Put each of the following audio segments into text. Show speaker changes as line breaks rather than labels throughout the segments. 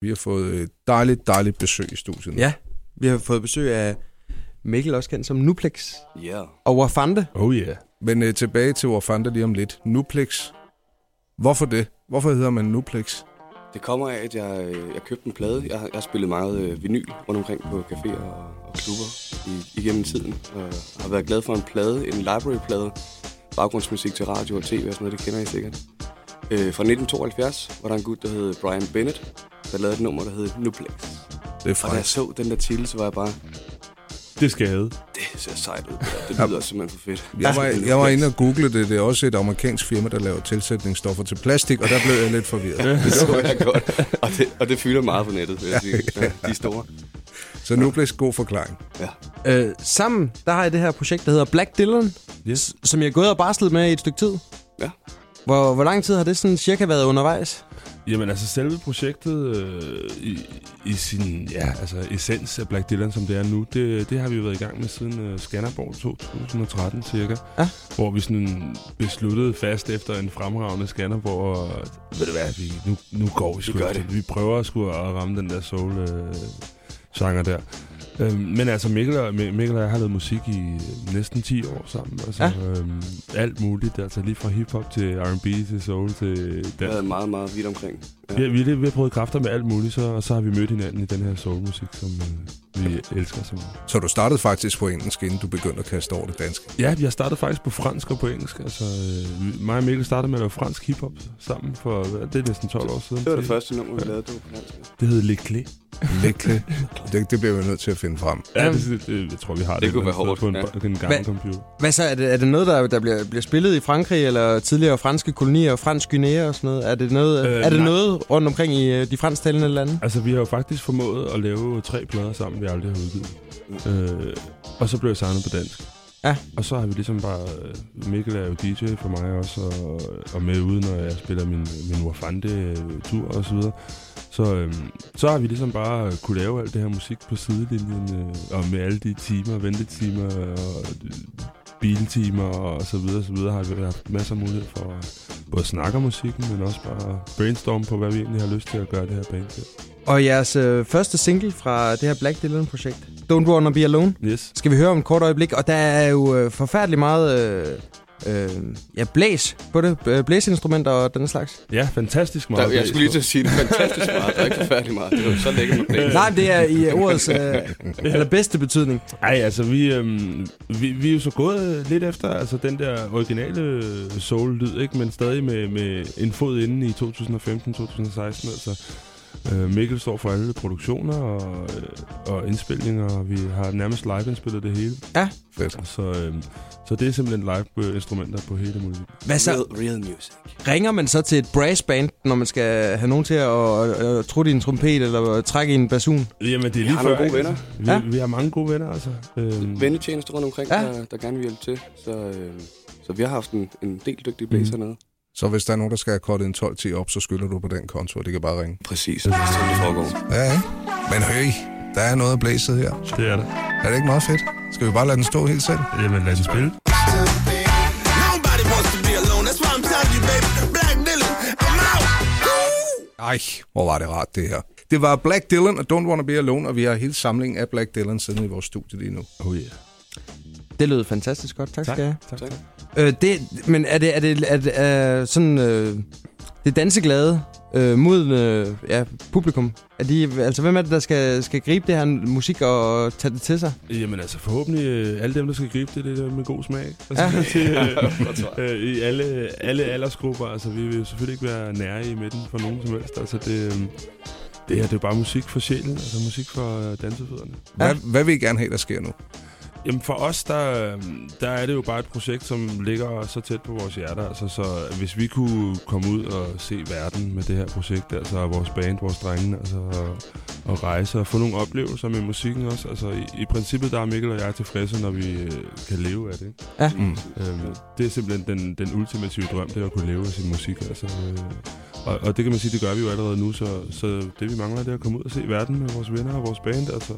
Vi har fået øh, dejligt, dejligt besøg i studiet. nu.
Ja, vi har fået besøg af Mikkel, også kendt som Nuplex,
Ja.
og Wafande.
Oh yeah. Men øh, tilbage til Orfanda lige om lidt. Nuplex. Hvorfor det? Hvorfor hedder man Nuplex?
Det kommer af, at jeg, øh, jeg købte en plade. Jeg, har- jeg har spillet meget øh, vinyl rundt omkring på caféer og, og klubber i, igennem tiden. Og har været glad for en plade, en library-plade. Baggrundsmusik til radio og tv og sådan noget, det kender I sikkert. Øh, fra 1972 var der en gut, der hed Brian Bennett, der lavede et nummer, der hed Nuplex.
Det er
Og da jeg
fransk.
så den der titel, så var jeg bare,
Det skal jeg have.
det ser sejt ud. det der. Det lyder simpelthen for fedt.
Jeg var, jeg var inde og google det. Det er også et amerikansk firma, der laver tilsætningsstoffer til plastik, og der blev jeg lidt forvirret.
Det så jeg godt. Og det, og det fylder meget på nettet, vil jeg sige. Ja, de er store.
Så Nuplex, god forklaring.
Ja.
Øh, sammen, der har jeg det her projekt, der hedder Black Dylan, yes. som jeg er gået og barslet med i et stykke tid.
Ja.
Hvor, hvor lang tid har det sådan cirka været undervejs?
Jamen altså selve projektet øh, i, i sin ja, altså, essens af Black Dylan, som det er nu, det, det har vi jo været i gang med siden øh, Skanderborg 2013 cirka.
Ja.
Hvor vi sådan besluttede fast efter en fremragende Skanderborg, og ved du hvad, vi, nu, nu går vi sgu
Vi gør
efter det. Vi prøver sgu at ramme den der soul øh, genre der. Øhm, men altså, Mikkel og, Mi- Mikkel og jeg har lavet musik i øh, næsten 10 år sammen. Altså,
Ja.
øhm, alt muligt, altså lige fra hiphop til R&B til soul til
Jeg har
dans.
været meget, meget vidt omkring.
Ja. Vi, vi, vi har prøvet kræfter med alt muligt, så, og så har vi mødt hinanden i den her soulmusik, som øh, vi elsker så meget.
Så du startede faktisk på engelsk, inden du begyndte at kaste over det danske.
Ja, vi har startet faktisk på fransk og på engelsk. Altså, øh, vi- mig og Mikkel startede med at lave fransk hiphop sammen for, hvad, det er næsten 12 år siden.
Det var det første nummer, vi lavede, det var på dansk. ja.
Det hed Le Clé.
Lækle. Det, det bliver vi nødt til at finde frem.
Ja,
Ja.
det, det, det, jeg tror, vi har det,
Det kunne
et eller
være
andet sted
hårdt,
på en, ja. en gammel
Hvad-
computer.
Hvad så? Er det, er det noget, der, der bliver, bliver spillet i Frankrig, eller tidligere franske kolonier og fransk Guinea og sådan noget? Er det noget, øh,
Øh,
er det
nej.
noget rundt omkring i øh, de fransktalende lande?
Altså, vi har jo faktisk formået at lave tre plader sammen, vi aldrig har udgivet. Øh, og så blev jeg signet på dansk.
Ja.
Og så har vi ligesom bare... øh, Mikkel er jo DJ for mig også, og, og med ude, når jeg spiller min, min Wafande-tur og så videre. Så, øh, så har vi ligesom bare øh, kunne lave alt det her musik på sidelinjen, øh, og med alle de timer, ventetimer og øh, biltimer og så videre, så videre, har vi haft masser af mulighed for at både snakke om musikken, men også bare brainstorme på, hvad vi egentlig har lyst til at gøre det her band til.
Og jeres øh, første single fra det her Black Dylan-projekt, Don't Wanna Be Alone,
Yes.
skal vi høre om et kort øjeblik. Og der er jo øh, forfærdelig meget øh, øh, ja, blæs på det. B- øh, Blæsinstrumenter og den slags.
Ja, fantastisk meget.
Der, jeg skulle lige til at sige, det er fantastisk meget. Det er ikke forfærdelig meget. Det er jo så lækkert med
Øh.
blæs.
Nej, men det er i ordets øh, allerbedste betydning.
Ej, altså, vi, øhm, vi, vi er jo så gået øh, lidt efter altså, den der originale øh, soul-lyd, ikke? men stadig med, med en fod inde i 2015-2016. Altså. Øh, Mikkel står for alle produktioner og, øh, og indspilninger, og vi har nærmest live-indspillet det hele.
Fedt.
Så, øh, så det er simpelthen live-instrumenter på hele muligheden.
Hvad så?
Real, real music.
Ringer man så til et brassband, når man skal have nogen til at, at, at trutte i en trompet eller trække i en basun?
Jamen, det er lige
Jeg har nogle
før,
gode
ikke?
venner.
Vi,
Ja.
ja. vi har mange gode venner, altså. Øhm,
Vennetjeneste rundt omkring,
Ja.
ja. der, der gerne vil hjælpe til. Så, øh, så vi har haft en, en del dygtige blæser mm. nede.
Så hvis der er nogen, der skal have kortet en 12-10 op, så skylder du på den konto, og det kan bare ringe.
Præcis, som det foregår.
Ja, ja. Men høj, der er noget af blæset her.
det er det.
Er det ikke meget fedt? Skal vi bare lade den stå helt selv?
Jamen, lad os spille.
Nobody wants to be alone. That's why I'm telling you, baby. Black Dylan, I'm out.
Ej, hvor var det rart, det her. Det var Black Dylan og Don't Wanna Be Alone, og vi har hele samlingen af Black Dylan siden i vores studie lige nu.
Oh yeah.
Det lød fantastisk godt. Tak, tak. skal jeg
tak. tak.
have. øh, det, Men er det, er det er, det- er sådan... Øh, det danseglade øh, mod øh, ja, publikum? Er de, altså, hvem er det, der skal, skal gribe det her musik og tage det til sig?
Jamen altså forhåbentlig øh, alle dem, der skal gribe det, det der med god smag. Altså,
Ja.
ja. til, øh, øh, I alle, alle aldersgrupper. Altså vi vil jo selvfølgelig ikke være nære i midten for nogen som helst. Altså det, øh, det her, det er jo bare musik for sjælen, altså musik for øh, dansefødderne.
Hvad, hvad vil I gerne have, der sker nu?
Jamen for os, der, øh, der er det jo bare et projekt, som ligger så tæt på vores hjerter. Altså, så hvis vi kunne komme ud og se verden med det her projekt, altså og vores band, vores drenge, altså, og, og rejse og få nogle oplevelser med musikken også. Altså, i, i princippet, der er Mikkel og jeg tilfredse, når vi øh, kan leve af det. ikke?
Ja.
Mm.
Øhm, det er simpelthen den, den ultimative drøm, det er at kunne leve af sin musik. Altså, øh, og, og det kan man sige, det gør vi jo allerede nu, så, så det vi mangler, det er at komme ud og se verden med vores venner og vores band. Altså,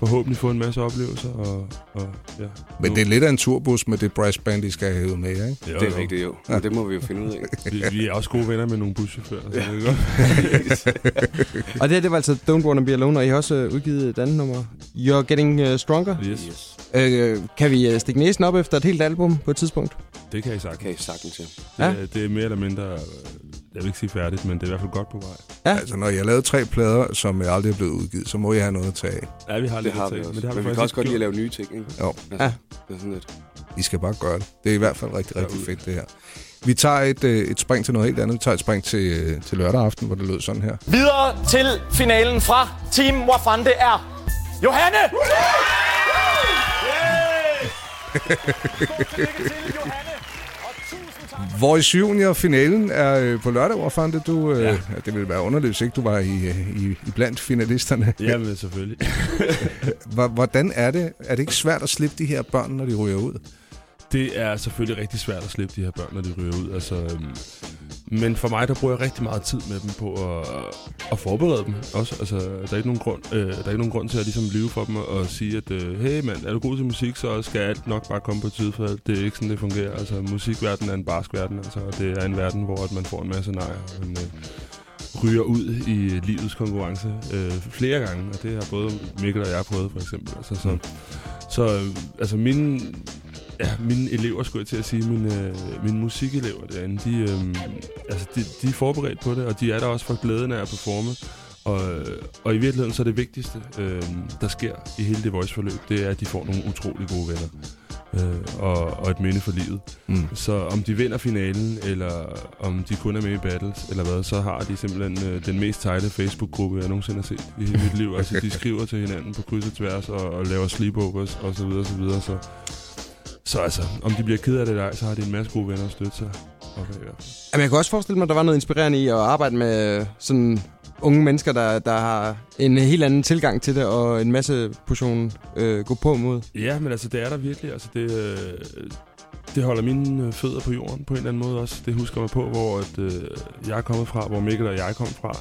og forhåbentlig få en masse oplevelser. Og, og, ja.
Men det er lidt af en turbus med det brassband, de skal have med, ikke?
jo,
Det
jo.
er rigtigt jo. Men det må vi jo finde ud af.
Vi, vi er også gode venner med nogle buschauffører. Så ja. det er godt.
Og det her, det var altså Don't Wanna Be Alone, og I har også øh, udgivet et andet nummer. You're Getting øh, Stronger.
Yes,
Yes.
Øh, kan vi øh, stikke næsen op efter et helt album på et tidspunkt?
det kan I sagtens.
Kan I sagtens, ja.
Ja.
Ja.
Det, er- det er mere eller mindre, øh, jeg vil ikke sige færdigt, men det er i hvert fald godt på vej.
Ja.
Altså, når jeg lavede tre plader, som jeg aldrig er blevet udgivet, så må jeg have noget at tage af.
Ja, vi har
Det
lidt
har
at
vi
tage,
også.
Men det har
Men
vi,
vi kan
faktisk
også godt
gjort.
lide at lave nye ting, ikke?
Jo.
Altså,
Ja.
Det er sådan lidt.
I skal bare gøre det. Det er i hvert fald rigtig, rigtig fedt, det her. Vi tager et, øh, et spring til noget helt andet. Vi tager et spring til, øh, til lørdag aften, hvor det lød sådan her.
Videre til finalen fra Team Wafande er Johanne!
Voice Junior finalen er øh, på lørdag, hvor fandt det du? Øh, ja.
Ja.
Det ville være underligt, hvis ikke du var i, øh, i, i blandt finalisterne.
Jamen, selvfølgelig.
Hvor- Hvordan er det? Er det ikke svært at slippe de her børn, når de ryger ud?
Det er selvfølgelig rigtig svært at slippe de her børn, når de ryger ud. Altså, øhm, men for mig, der bruger jeg rigtig meget tid med dem på at, at forberede dem også. Altså, der er ikke nogen grund, øh, der er ikke nogen grund til at ligesom lyve for dem og, og sige, at øh, hey mand, er du god til musik, så skal alt nok bare komme på tid, for det er ikke sådan, det fungerer. Altså, musikverdenen er en barsk verden, altså, og det er en verden, hvor at man får en masse nej, og man øh, ryger ud i livets konkurrence øh, flere gange, og det har både Mikkel og jeg prøvet, for eksempel. Altså, så, så øh, altså, mine Ja, mine elever, skulle jeg til at sige, mine, øh, mine musikelever derinde, de, øh, altså, de, de er forberedt på det, og de er der også for glæden af at performe. Og, øh, og i virkeligheden så er det vigtigste, øh, der sker i hele det voice-forløb, det er, at de får nogle utrolig gode venner. Øh, og, og et minde for livet.
Mm.
Så om de vinder finalen, eller om de kun er med i battles, eller hvad, så har de simpelthen øh, den mest tejlede Facebook-gruppe, jeg nogensinde har set i hele mit liv. Altså, de skriver til hinanden på kryds og tværs, og, og laver sleepovers, og så videre, så videre. Så, så altså, om de bliver ked af det eller ej, så har de en masse gode venner at støtte sig op af i hvert fald.
Jamen, jeg kunne også forestille mig, at der var noget inspirerende i at arbejde med øh, sådan unge mennesker, der, der har en helt anden tilgang til det, og en masse portion øh, gå på mod.
Ja, men altså, det er der virkelig. Altså, det, øh, det holder mine øh, fødder på jorden på en eller anden måde også. Det husker mig på, hvor at, øh, jeg er kommet fra, hvor Mikkel og jeg kom fra,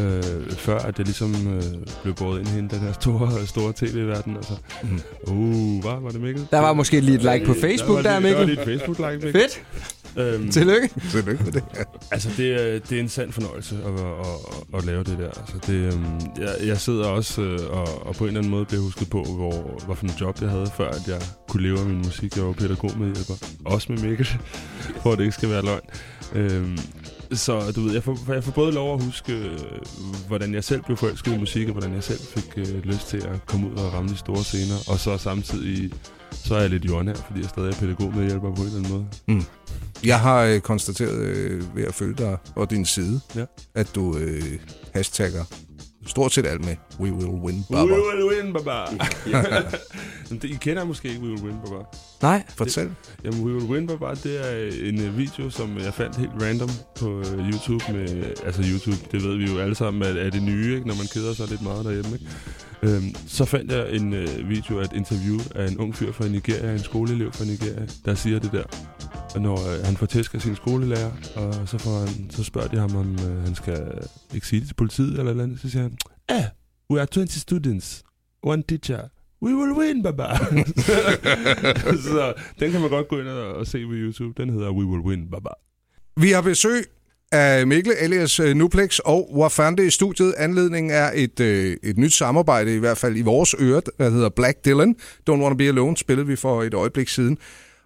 øh, før at det ligesom øh, blev båret ind i hende, den her store, store tv-verden. Altså,
Mm.
uh, hvad var det Mikkel?
Mhm. Der var måske lige et like på
Øh,
Facebook der,
var lige,
Mikkel.
Der var lige et Facebook-like, Mikkel.
Fedt.
Øhm,
Tillykke.
Tillykke med det.
Altså, det, er- det er en sand fornøjelse at, at, at, at lave det der. Altså, det, øhm, jeg, jeg sidder også øh, og, og på en eller anden måde bliver husket på, hvor, hvad for en job jeg havde, før at jeg kunne leve af min musik. Jeg var pædagogmedhjælper. Også med Mikkel, for at det ikke skal være løgn. Øhm, så du ved, jeg får, jeg får både lov at huske, øh, hvordan jeg selv blev forelsket i musik, og hvordan jeg selv fik øh, lyst til at komme ud og ramme de store scener. Og så samtidig, så er jeg lidt jordnær, fordi jeg stadig er pædagogmedhjælper på en eller anden måde.
Jeg har øh, konstateret øh, ved at følge dig og din side, ja.
Ja.
at du øh, hashtagger stort set alt med We Will Win Baba.
We will win, Uhuh, baba. Jamen, det, I kender måske ikke We Will Win, baba.
Nej.
Fortæl.
Jamen, We Will Win, baba, det er øh, en øh, video, som jeg fandt helt random på øh, YouTube. Med, øh, altså YouTube, det ved vi jo alle sammen, at er det nye, ikke? når man keder sig lidt meget derhjemme. Ikke? Øhm, så fandt jeg en øh, video af et interview af en ung fyr fra Nigeria, en skoleelev fra Nigeria, der siger det der. Og når øh, han får tæsk af sin skolelærer, og så, får han, så spørger de ham, om øh, han skal ikke sige det til politiet eller et eller andet, så siger han, eh, we are 20 students, one teacher, we will win, baba. så den kan man godt gå ind og, og se på YouTube. Den hedder We Will Win, baba.
Vi har besøg af Mikkel alias øh, Nuplex og Wafande i studiet. Anledningen er et, øh, et nyt samarbejde, i hvert fald i vores øre, der hedder Black Dylan. Don't Wanna Be Alone spillede vi for et øjeblik siden.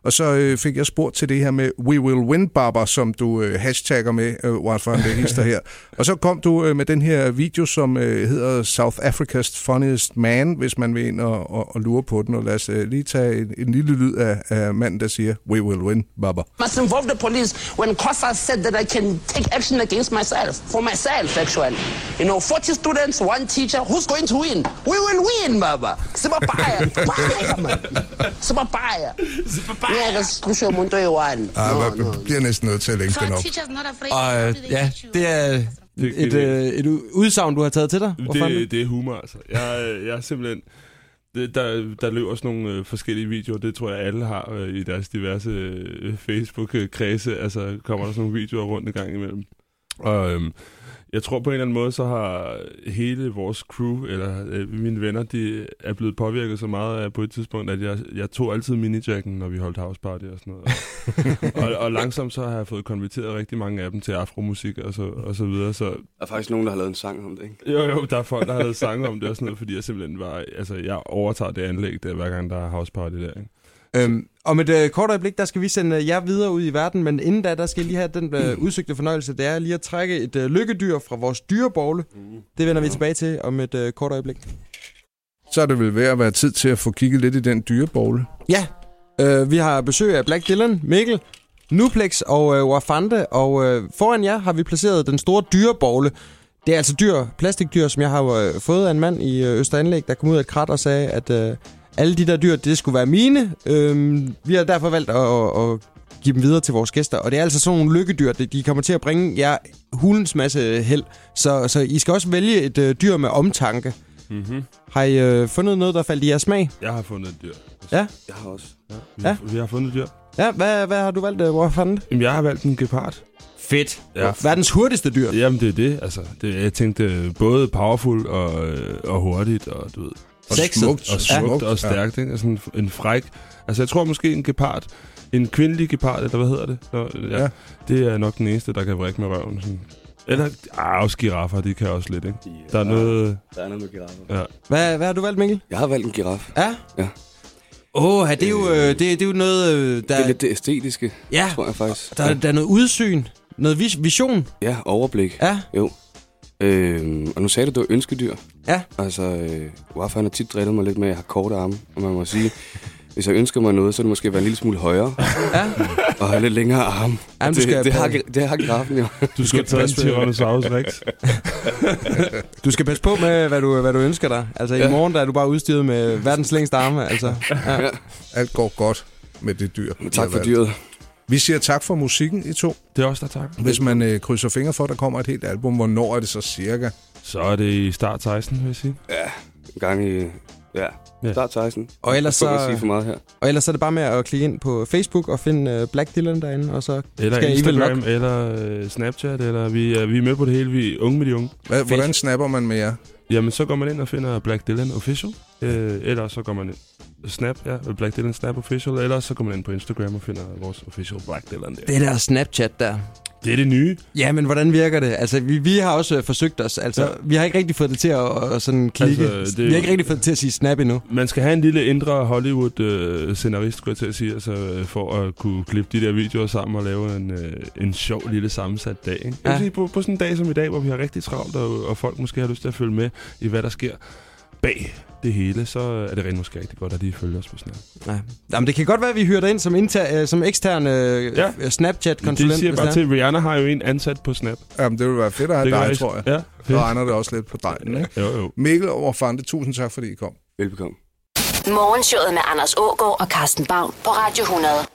Og så øh, fik jeg spurgt til det her med We Will Win Barber, som du øh, hashtagger med, øh, Wafande hister her. Og så kom du øh, med den her video, som øh, hedder South Africa's Funniest Man, hvis man vil ind og, og, og lure på den. Og lad os øh, lige tage en, en lille lyd af, af manden, der siger We Will Win Barber.
must involve the police when Kosa said that I can take action against myself, for myself actually. You know, 40 students, one teacher, who's going to win? We will win, Baba. Sibapaya. Baya, man. Sibapaya. Yeah, that's kusho umuntu oyi-one.
Ah,
No,
man
no,
bliver næsten nødt til at længe den op.
Og øh, ja, det er et, øh, et u- udsagn, du har taget til dig. Hvor fanden?
Det, det er humor, altså. Jeg, øh, jeg er simpelthen... Det, der, der løber sådan nogle øh, forskellige videoer, det tror jeg alle har øh, i deres diverse øh, Facebook-kredse. Altså, kommer der sådan nogle videoer rundt en gang imellem. Og øhm, Jeg tror på en eller anden måde, så har hele vores crew, eller øh, mine venner, de er blevet påvirket så meget af på et tidspunkt, at jeg, jeg tog altid minijacken, når vi holdt houseparty og sådan noget. og, og langsomt så har jeg fået konverteret rigtig mange af dem til afromusik og så, og så videre. Så
Der er faktisk nogen, der har lavet en sang om det, ikke?
jo, jo, der er folk, der har lavet sange om det og sådan noget, fordi jeg simpelthen var, altså jeg overtager det anlæg der, hver gang der er houseparty der, ikke?
Øhm, om et øh, kort øjeblik, der skal vi sende øh, jer videre ud i verden, men inden da, der skal I lige have den øh, udsøgte fornøjelse, det er lige at trække et øh, lykkedyr fra vores dyrebogle. Det vender vi tilbage til om et øh, kort øjeblik.
Så er det vel ved at være tid til at få kigget lidt i den dyrebogle.
Ja, øh, vi har besøg af Black Dylan, Mikkel, Nuplex og øh, Wafande, og øh, foran jer har vi placeret den store dyrebogle. Det er altså dyr, plastikdyr, som jeg har øh, fået af en mand i øh, Østeranlæg, der kom ud af et krat og sagde, at øh, alle de der dyr, det skulle være mine. Øh, vi har derfor valgt at, at, at give dem videre til vores gæster, og det er altså sådan nogle lykkedyr, de de kommer til at bringe jer hulens masse øh, held. Så, så I skal også vælge et øh, dyr med omtanke.
Mm-hmm.
Har I øh, fundet noget, der faldt i jeres smag?
Jeg har fundet et dyr.
Ja.
Jeg har også.
Ja, vi,
Ja.
Har, vi har fundet et dyr.
Ja, hvad, hvad har du valgt, øh, Wafande?
Jamen, jeg har valgt en gepard.
Fedt.
Ja.
Verdens hurtigste dyr.
Jamen, det er det. Altså, det, jeg tænkte både powerful og, øh, og hurtigt, og du ved,
Og
Sexet.
smukt.
og smukt ja. og stærkt. Ikke? Altså, en, en fræk. Altså, jeg tror måske en gepard, en kvindelig gepard, eller hvad hedder det? Nå, ja,
Ja.
ja. Det er nok den eneste, der kan vrikke med røven. Sådan. Eller, ah, også giraffer, de kan også lidt, ikke?
Ja.
Der er noget...
Der er noget med giraffer.
Ja.
Hvad, hvad har du valgt, Mikkel?
Jeg har valgt en giraf.
Ja?
Ja.
Åh, oh, det, er jo, øh, det, det er jo noget, øh,
Det er
der,
lidt det æstetiske,
ja,
tror jeg faktisk.
der, der er noget udsyn, noget vis, vision.
Ja, overblik.
Ja,
Jo. Øhm, og nu sagde du, at det var ønskedyr.
Ja.
Altså, øh, Wafa, han har tit drillet mig lidt med, at jeg har korte arme. Og man må sige, hvis jeg ønsker mig noget, så er det måske at være en lille smule højere.
ja.
og have lidt længere arme.
Jamen, du
det,
skal
det, har,
på-
gi- det har giraffen jo.
Du skal tage en Tyrannosaurus Rex.
Du skal passe på med, hvad du, hvad du ønsker dig. Altså, ja. i morgen der er du bare udstyret med verdens længste arme. Altså.
Alt går godt med det dyr. vi har
tak for
valgt.
dyret.
Vi siger tak for musikken, I to.
Det er også der tak.
Hvis man øh, krydser fingre for, at der kommer et helt album, hvornår er det så cirka?
Så er det i start 16, vil jeg sige.
En gang i... Ja,
Ja.
start 16.
Og ellers
Jeg tror, man
så,
sige for meget her.
og ellers så er det bare med at klikke ind på Facebook og finde øh, Black Dylan derinde, og så
Eller
skal I vel nok.
Instagram, eller øh, Snapchat, eller vi, er, vi er med på det hele. Vi er unge med de unge.
Hvad, hvordan snapper man med jer?
Jamen, så går man ind og finder Black Dylan Official. Øh, eller så går man ind. Snap, ja. Black Dylan Snap Official. Eller så går man ind på Instagram og finder vores official Black Dylan der.
Det der Snapchat der.
Det er det nye.
Ja, men hvordan virker det? Altså, vi, vi har også øh, forsøgt os. Altså, ja. vi har ikke rigtig fået det til at, at sådan klikke. Altså,
Altså, det-
det... Vi har ikke rigtig fået det til at sige snap endnu.
Man skal have en lille indre Hollywood-scenarist, skulle jeg til at sige, altså, øh, for at kunne klippe de der videoer sammen og lave en, øh, en sjov lille sammensat dag. Ikke?
Ja.
Ja. Sige, på, på sådan en dag som i dag, hvor vi har rigtig travlt, og, og folk måske har lyst til at følge med i, hvad der sker bag det hele, så øh, er det rent måske rigtig godt, at de følger os på Snap.
Ja. Jamen, det kan godt være, at vi hyrer dig ind som, inter, øh, som ekstern øh,
Ja.
ja.
Det
Snapchat-konsulent.
siger
hvis
bare
det er.
til, Rihanna har jo en ansat på Snap.
Jamen, det vil være fedt at have
Det kan
dig,
være-
tror jeg.
Ja,
Så
fedt.
regner det også lidt på dig. Ikke?
Jo, jo.
Mikkel over Fante, tusind tak, fordi I kom.
Velbekomme.
Morgenshowet med Anders Ågaard og Carsten Baum på Radio 100.